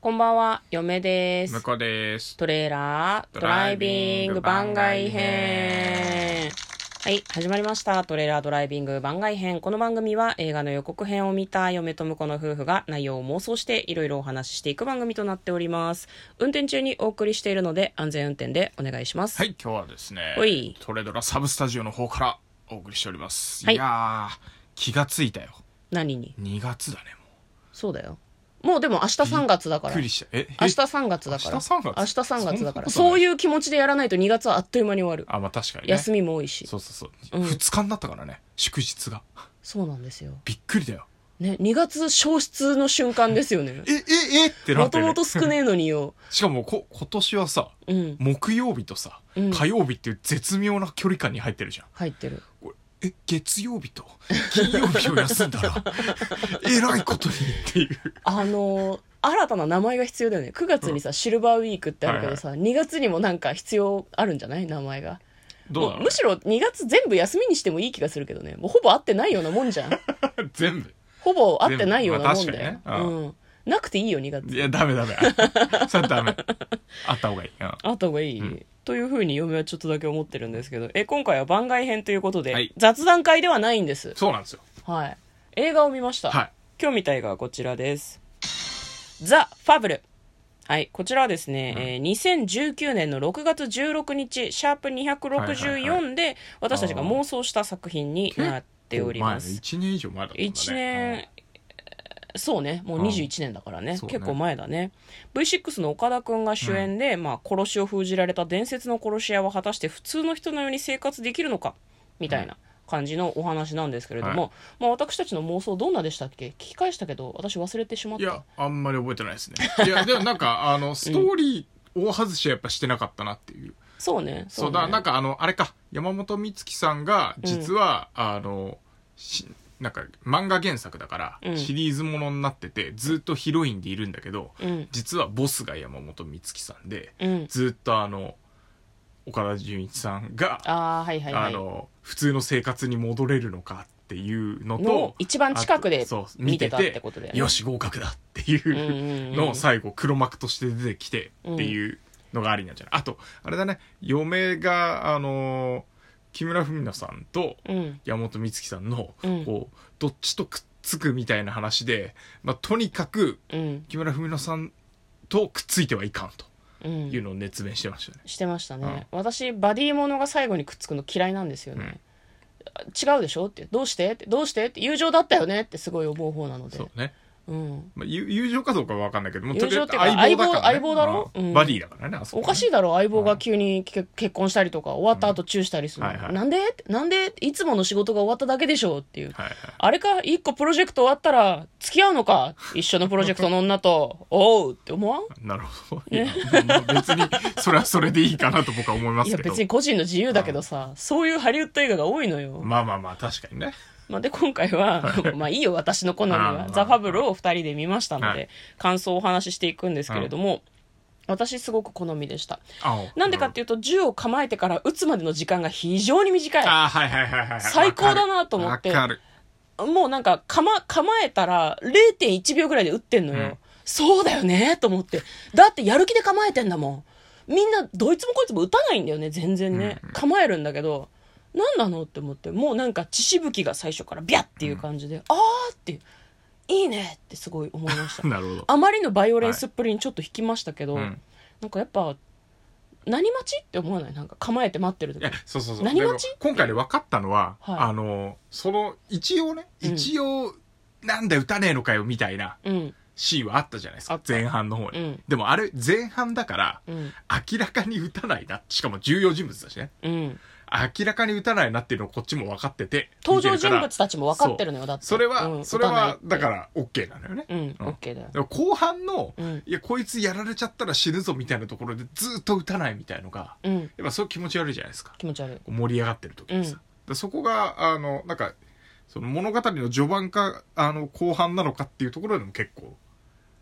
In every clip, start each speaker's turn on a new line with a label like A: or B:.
A: こんばんは、嫁です
B: 向。こうです。
A: トレーラード
B: ド
A: ラ
B: ラ
A: イ
B: イ
A: ビン
B: ビン
A: グ
B: グ
A: 番外
B: 番
A: 編
B: 外編。
A: はい、始まりました。トレーラードライビング番外編。この番組は映画の予告編を見た嫁と婿の夫婦が内容を妄想していろいろお話ししていく番組となっております。運転中にお送りしているので安全運転でお願いします。
B: はい、今日はですね
A: おい、
B: トレドラサブスタジオの方からお送りしております。、
A: はいい
B: やー、気がついたよ。
A: 何に
B: 2月だね、
A: そうだよ。もうでも明日3月だか
B: もう。び
A: ら。明
B: っくり
A: 日
B: した。え、え
A: 3月だから。
B: 明日3月
A: 明日3月だから。
B: そんなことない
A: そういう気持ちでやらないと2月はあっという間に終わる。
B: あ、まあ確かにね。
A: 休みも多いし。
B: そうそうそうう。
A: ん
B: 2日になったからね、祝日が。
A: そうなんですよ。
B: びっくりだよ。
A: ね、2月消失の瞬間ですよね
B: え、。え、えってな
A: も
B: って
A: と
B: る
A: もと少ねえのによ。
B: しかもこ、今年はさ、
A: うん。
B: 木曜日とさ、
A: うん
B: 火曜日っていう絶妙な距離感に入ってるじゃん。
A: 入ってる。
B: これえ、月曜日と金曜日を休ん だら、えらいことにっていう。
A: あのー新たな名前が必要だよね。9月にさ、シルバーウィークってあるけどさ、2月にもなんか必要あるんじゃない名前が。
B: どう
A: も
B: な
A: うむしろ2月全部休みにしてもいい気がするけどね。もうほぼ合ってないようなもんじゃん。
B: の全部。
A: ほぼ合ってないようなもんだよ
B: 全。部まあ確かにね
A: うん。なくていいよ、2月。
B: いや、ダメダメ。 それはダメ。あった方がいい。うん
A: あった方がいい、
B: うん
A: というふうに嫁はちょっとだけ思ってるんですけど、え、今回は番外編ということで、
B: はい
A: 雑談会ではないんです。
B: そうなんですよ。
A: はい。映画を見ました。
B: はい。
A: 今日見た映画はこちらです。ザ・ファブル。はい、こちらはですね、えー2019年の6月16日、シャープ
B: はいはいは
A: 264で、私たちが妄想した作品になっております。
B: 1年以上前だったんだね。
A: 1年、そうね、もう
B: うん
A: 21年だからね、
B: そうね
A: 結構前だね。V6 の岡田くんが主演で、まあ、殺しを封じられた伝説の殺し屋は果たして普通の人のように生活できるのか、みたいな感じのお話なんですけれども、
B: は
A: まあ、私たちの妄想どんなでしたっけ聞き返したけど、私忘れてしまっ
B: うん。い
A: た
B: や。、あんまり覚えてないですね。いや、でもなんか、あの、ストーリー大外しはやっぱしてなかったなっていう。
A: そうね、
B: そう
A: ね
B: だ、なんかあの、あれか、山本美月さんが、実は、あの、しなんか漫画原作だから、
A: うん
B: シリーズものになっててずっとヒロインでいるんだけど、
A: うん
B: 実はボスが山本美月さんで、
A: うん。
B: ずっとあの岡田准一さんが
A: ああ、はいはいは
B: あ
A: い。
B: の普通の生活に戻れるのかっていうのと
A: の一番近くで
B: あとそう
A: 見てたってことだよね
B: よし合格だってい
A: んうんうん
B: うのを最後黒幕として出てきてっていうのがありなんじゃない、あとあれだね嫁があの木村文乃さんと
A: うん。
B: 山本美月さんの、
A: うん
B: こうどっちとくっつくみたいな話で、まあ、とにかく
A: うん。
B: 木村文乃さんとくっついてはいかん
A: う。
B: というんのを熱弁してましたね。
A: してましたね。私、バディものが最後にくっつくの嫌いなんですよね。違うでしょって。どうしてって。どうしてって。友情だったよねってすごい思う方なので。
B: そうね
A: うん。
B: まあ、友友情かどうかは分かんないけども
A: 友情っていうか相棒相棒だろ
B: うん
A: うん
B: バディだからねあそこ
A: お
B: ね
A: かしいだろ相棒が急にけ結婚したりとか終わった後チューしたりするの、
B: はいはい
A: なんでってなんでっていつもの仕事が終わっただけでしょうっていう、
B: はいはい
A: あれか一個プロジェクト終わったら付き合うのか一緒のプロジェクトの女 とおうって思わん
B: なるほど、いやまあ別にそれはそれでいいかなと僕は思いま
A: い
B: す
A: や
B: けど
A: 別に個人の自由だけどさ、そういうハリウッド映画が多いのよ、
B: まあまあまあ確かにね
A: まあ、で今回はまあいいよ私の好みは
B: あ
A: 「
B: ー
A: ザ・ファブル」を2人で見ましたので、
B: はい
A: 感想をお話ししていくんですけれども、私すごく好みでした
B: あ
A: なんでかっていうと銃を構えてから撃つまでの時間が非常に短い
B: あーはいはいはいはい
A: 最高だなと思って
B: わかる
A: もうなんか、かま、構えたら0.1秒ぐらいで打ってんのよ。
B: うん
A: そうだよねと思って。だってやる気で構えてんだもん。みんな、どいつもこいつも打たないんだよね、全然ね。構えるんだけど、なんなのって思って、もうなんか血しぶきが最初からビャッっていう感じで、あーっていう、いいねってすごい思いました。
B: なるほど
A: あまりのバイオレンスっぷりにちょっと引きましたけど、
B: うん
A: なんかやっぱ、何待ちって思わないなんか構えて待ってる
B: い
A: 時
B: や。そうそうそう
A: 何
B: でも
A: 待ち
B: 今回で分かったのは、
A: はい
B: あのその一応ね
A: うん
B: 一応、なんだ打たねえのかよみたいな
A: うん、
B: シーンはあったじゃないです
A: あっ
B: か
A: た
B: 前半の方に、
A: うん
B: でもあれ前半だから
A: うん、
B: 明らかに打たないなしかも重要人物だしね
A: うん。
B: 明らかに打たないなっていうのをこっちも分かってて
A: 登場
B: 見て
A: 人
B: るから
A: 物たちも分かってるのよ、だって。
B: それは、
A: うん
B: それ
A: 打たないっ
B: は
A: て
B: だからオッケーなのよね、
A: うん、
B: うん
A: オッケーだよ。
B: でも後半の、
A: うん
B: いやこいつやられちゃったら死ぬぞみたいなところでずっと打たないみたいのが
A: うん、
B: やっぱそう気持ち悪いじゃないですか
A: 気持ち悪い。
B: こう盛り上がってる時にさ、
A: うん
B: でそこがあのなんかその物語の序盤かあの後半なのかっていうところでも結構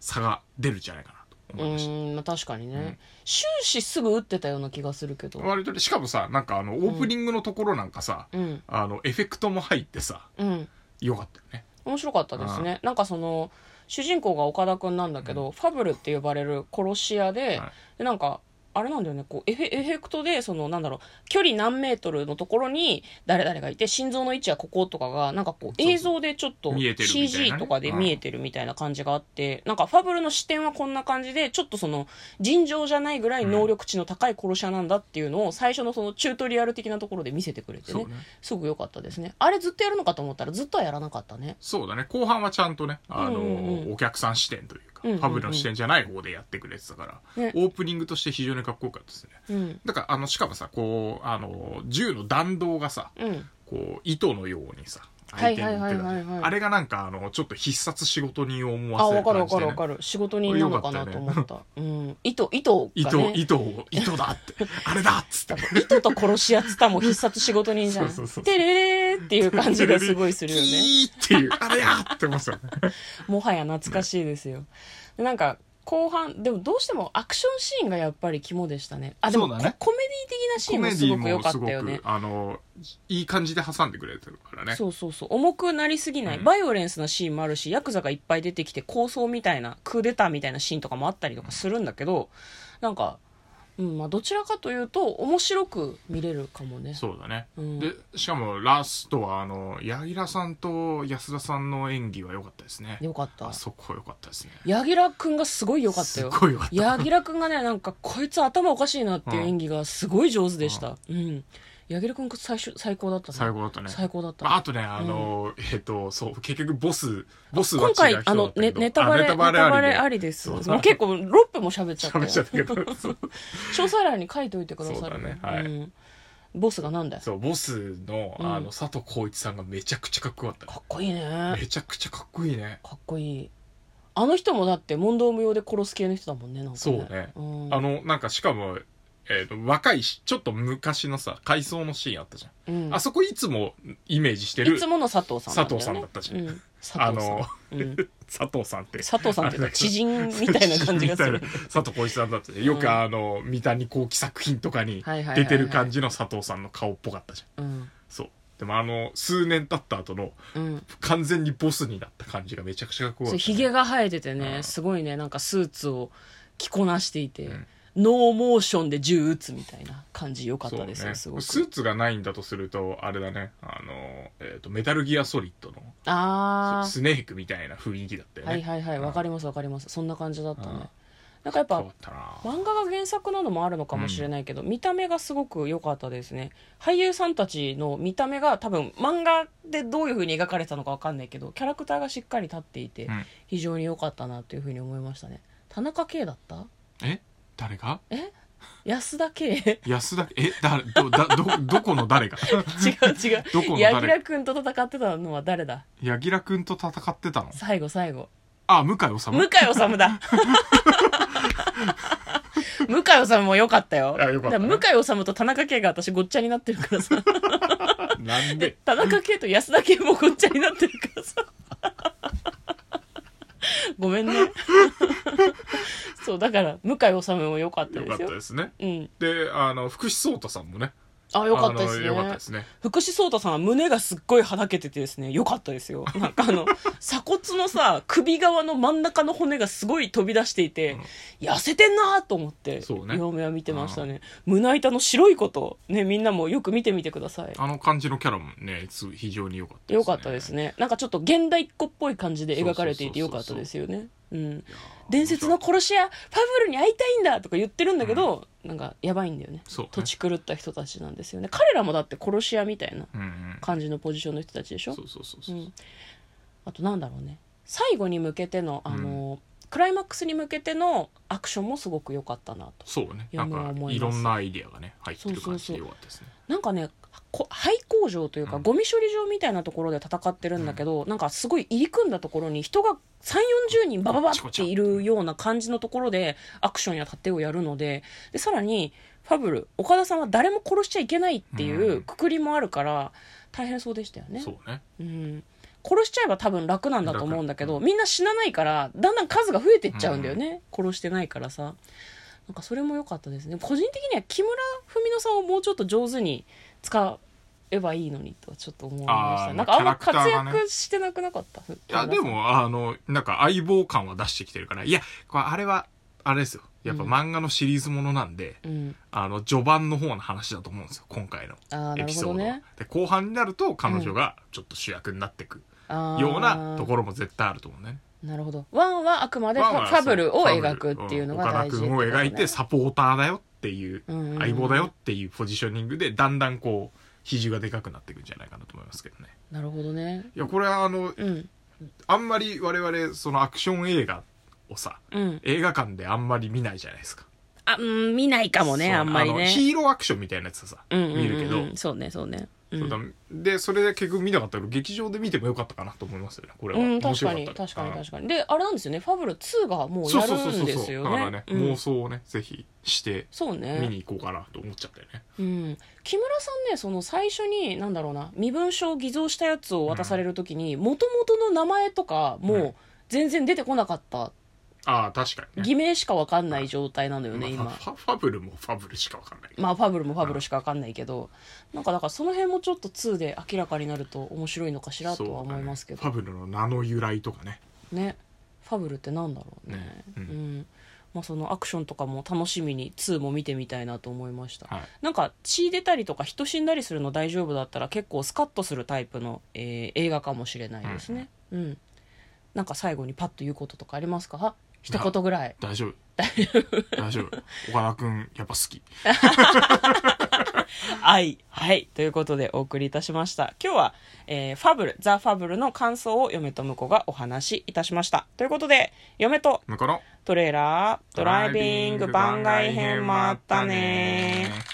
B: 差が出るんじゃないかなと
A: う
B: 思いました、
A: ーん、まあ確かにね、
B: うん
A: 終始すぐ打ってたような気がするけど。
B: 割とねしかもさなんかあのオープニングのところなんかさ、
A: うん、
B: あのエフェクトも入ってさ
A: うん。
B: よかったよね
A: 面白かったですね。なんかその、主人公が岡田君なんだけど、ファブルって呼ばれる殺し屋で,、
B: はい
A: でなんかあれなんだよねこうエフェエフェクトでそのなんだろう距離何メートルのところに誰々がいて心臓の位置はこことかがなんかこう
B: そうそう
A: 映像でちょっと
B: 見えてるみたい
A: CG
B: なね
A: とかで見えてるみたいな感じがあって、なんかファブルの視点はこんな感じでちょっとその尋常じゃないぐらい能力値の高い殺し屋なんだっていうのを最初のそのチュートリアル的なところで見せてくれて
B: そう
A: ね
B: ね
A: すごい良かったですねあれずっとやるのかと思ったらずっとはやらなかったね
B: そうだね後半はちゃんとねあの、
A: うんうんうん
B: お客さん視点というか、
A: うんうんうん
B: ファブルの視点じゃない方でやってくれてたから、
A: ね
B: オープニングとして非常にかっこよかったですね
A: うん
B: だからあのしかもさこうあの銃の弾道がさ
A: うん
B: こう糸のようにさ
A: はい
B: 相手に向けた
A: はいはいはいはい
B: あれがなんかあのちょっと必殺仕事人を思
A: あ
B: わ
A: 分
B: せる
A: かる分
B: 感じ
A: か
B: で、
A: る
B: ね、
A: 分かる仕事人なのかなと思ったうん糸糸が
B: 糸
A: ね
B: 糸を糸だってあれだっつって
A: 糸と殺し屋っつったらもう必殺仕事人じゃん
B: そうそうそう
A: てれーっていう 感じがすごいするよね
B: キーっていうあれやってますよね
A: もはや懐かしいですよ、でなんか後半でもどうしてもアクションシーンがやっぱり肝でしたねあでも
B: そう
A: コ
B: だね
A: コメディ的なシー
B: コ
A: ンも
B: メデ
A: す
B: ィ
A: ごく良
B: も
A: かっ
B: すご
A: たよね
B: くあのいい感じで挟んでくれてるからね
A: そうそうそう重くなりすぎない、
B: うん
A: バイオレンスなシーンもあるしヤクザがいっぱい出てきて抗争みたいなクーデターみたいなシーンとかもあったりとかするんだけどなんか、うんまあ、どちらかというと面白く見れるかもね
B: そうだね、
A: うん
B: でしかもラストはあの柳楽さんと安田さんの演技は良かったですね
A: よかった
B: あそこ良かったですね
A: 柳楽君がすごい良かった
B: す
A: よ
B: ごい良かった
A: 柳楽君がねなんかこいつ頭おかしいなっていう演技がすごい上手でしたうん、柳楽君最初最高だったね
B: 最高だったね
A: 最高だった
B: まあ、あとね、あの、えっ、と、そう、結局ボス、ボスは
A: 今
B: 違う
A: 回
B: 人だったけど
A: あのネネタバレネタバレ
B: あ
A: あ
B: り
A: りです
B: そう
A: もう結構6分も喋っちゃったよ
B: で。喋っちゃったけど、そう
A: 詳細欄に書いておいてください
B: そうだねはい
A: ん、ボスがなんだよ
B: そう、ボスの、
A: うん
B: あの、佐藤浩市さんがめちゃくちゃかっこよかっ
A: かっこいい
B: た。
A: ね
B: めちゃくちゃかっこいいね。
A: かっこいいあの人もだって問答無用で殺す系の人だもんねなんかね
B: そうね
A: ん、
B: あの、なんかしかも、えっ、と、若いし、ちょっと昔のさ、回想のシーンあったじゃん。
A: うん
B: あそこいつもイメージしてる
A: いつもの佐藤さんなんだよね
B: 佐藤さんだったじゃん
A: うん、佐藤さん
B: あの、
A: うん、
B: 佐藤さんって。
A: 佐藤さん っていうか知人みたいな感じがす
B: み
A: る
B: たいな佐藤浩市さんだったじゃんよ
A: うん
B: くあの、三谷幸喜作品とかに
A: はいはいはいはい
B: 出てる感じの佐藤さんの顔っぽかったじゃん。
A: うん
B: そう。でもあの、数年経った後の、
A: うん
B: 完全にボスになった感じがめちゃくちゃかっこよ
A: そ
B: か
A: う
B: った
A: ひ
B: ね、
A: げが生えててね、
B: うん
A: すごいねなんかスーツを着こなしていて、
B: ん
A: ノーモーションで銃撃つみたいな感じ良かったですよ、す
B: そう
A: ご
B: ね。
A: く
B: スーツがないんだとすると、あれだね、あの、えっ、と、メタルギアソリッドの
A: ああ
B: スネークみたいな雰囲気だったよね。
A: はいはいはいわか
B: る。
A: りますわかりますそんな感じだったね、
B: うん
A: なんかやっ
B: 変
A: ぱ
B: わったな
A: 漫画が原作なのもあるのかもしれないけど、見た目がすごく良かったですね俳優さんたちの見た目が多分漫画でどういう風に描かれてたのか分かんないけどキャラクターがしっかり立っていて、
B: うん
A: 非常に良かったなという風に思いましたね田中圭だった
B: え誰が
A: え安田 圭
B: 安田、え、だ、ど、だ、ど、どこの 誰が
A: 違う違う
B: どこの
A: 柳
B: 誰
A: 楽君と戦ってたのは誰だ
B: 柳楽くんと戦ってたの
A: 最後最後
B: あ、向井治。
A: 向井治 だ向井治も良かったよ
B: あ良かったね
A: だら向井治と田中圭が私ごっちゃになってるから さ
B: なん
A: で
B: で
A: 田中圭と安田圭もごっちゃになってるからさ ごめんね そうだから向井治も良かった
B: よ
A: で
B: かっ
A: すよ
B: たですね。
A: うん
B: で、あの、福士蒼汰さんもね。
A: あ良かったです
B: あのよかった
A: ね
B: ですね。
A: 福士蒼汰さんは胸がすっごいはだけててですね良かったです よなんかあの鎖骨のさ首側の真ん中の骨がすごい飛び出していて、痩せてんなーと思って
B: そうね
A: 両目は見てましたね胸板の白いことねみんなもよく見てみてください
B: あの感じのキャラもね、す非常に良かった
A: 良かったですねなんかちょっと現代っ子っぽい感じで描かれていて
B: そ
A: 良
B: うそ
A: か
B: う
A: った
B: そうそ
A: で
B: う
A: すよねうん
B: いやー
A: 伝説の殺し屋ファブルに会いたいんだとか言ってるんだけど、なんかやばいんだよね
B: そうね
A: 土地狂った人たちなんですよね彼らもだって殺し屋みたいな
B: うんうん
A: 感じのポジションの人たちでしょ
B: そうそうそうそうう、
A: んあとなんだろうね最後に向けてのあの、クライマックスに向けてのアクションもすごく良かったなと
B: そうね
A: い
B: な
A: や
B: ん
A: まあ
B: か
A: 思い
B: い
A: ます
B: ろんなアイディアがね入ってる
A: そうそ
B: 感
A: うそ
B: じ
A: う
B: でよかったですね
A: なんかねこ廃工場というか、
B: うん
A: ゴミ処理場みたいなところで戦ってるんだけど、なんかすごい入り組んだところに人が3 4 0人バババっているような感じのところでアクションや盾をやるのででさらにファブル岡田さんは誰も殺しちゃいけないっていううんくくりもあるから大変そうでしたよね。
B: そうね
A: うん、殺しちゃえば多分楽なんだと思うんだけど、
B: 楽
A: みんな死なないからだんだん数が増えてっちゃうんだよね、殺してないからさなんかそれも良かったですね個人的には木村文乃さんをもうちょっと上手に使えばいいのにとはちょっと思いまし
B: あ
A: た
B: ー
A: なんかあんま
B: キャラクタ
A: 活
B: ーがね
A: 躍してなくなかったい
B: いや、でも、あの、なんか相棒感は出してきてるから、いや、これあれは、あれですよ。やっぱ
A: うん
B: 漫画のシリーズものなんで、
A: うん
B: あの、序盤の方の話だと思うんですよ、今回の
A: ああな
B: エ
A: る
B: ピ
A: ほ
B: ソー
A: ど
B: ドは。
A: ね
B: で、後半になると彼女がちょっと主役になってくようなところも絶対あると思うね。
A: ろなるほどワンはあくまでフ
B: ま
A: ァ
B: あまあ
A: ファブルを描くっていうのが大事
B: うん岡田君を描いて
A: て
B: サポーターだよっていう、
A: うんうんうん
B: 相棒だよっていうポジショニングで、だんだんこう、比重がでかくなっていくんじゃないかなと思いますけどね。
A: なるほどね
B: いや、これはあの、
A: うん
B: あんまり我々、そのアクション映画をさ、
A: うん
B: 映画館であんまり見ないじゃないですか。
A: あうん見ないかもね
B: そう
A: あんまり
B: の
A: ね
B: ヒーローアクションみたいなやつはさ、
A: うんうんうんうん
B: 見るけど、
A: そうねそうねう
B: そうんだで、それで結局見なかったけど、劇場で見てもよかったかなと思いますよね、これは。
A: うん、
B: 面
A: 確
B: 白
A: か
B: かっ
A: に
B: た
A: 確かに
B: うん
A: 確かにであれなんですよねファブル2がもうやるんですよ
B: だからね
A: ね、うん
B: 妄想をね、ぜひして、
A: そう
B: 見
A: ね
B: に行こうかなと思っちゃったよね。
A: うん木村さんねその最初になんだろうな身分証を偽造したやつを渡される時にもともとの名前とかも
B: うん
A: う全然出てこなかった
B: ああ、確かにね。
A: 偽名しかわかんない状態なのよね
B: まあ
A: 今
B: ファファブルもファブルしかわかんないけど。
A: まあファブルもファブルしかわかんないけどなんかだからその辺もちょっと2で明らかになると面白いのかしらとは
B: そうだ
A: 思
B: ね
A: いますけど
B: ファブルの名の由来とかね。
A: ねファブルってなんだろうね
B: ねうん
A: うんまあ、そのアクションとかも楽しみに2も見てみたいなと思いました、
B: はい
A: なんか血出たりとか人死んだりするの大丈夫だったら結構スカッとするタイプの、えー映画かもしれないですねうん、なんか最後にパッと言うこととかありますか一言ぐらい
B: 大丈夫。大丈夫。岡田くん、やっぱ好き。
A: はいはいということでお送りいたしました今日は、えーファブルザ・ファブルの感想を嫁と婿がお話しいたしましたということで嫁と
B: 向こうの
A: トレーラード
B: ド
A: ライビング番外編もあったね
B: ー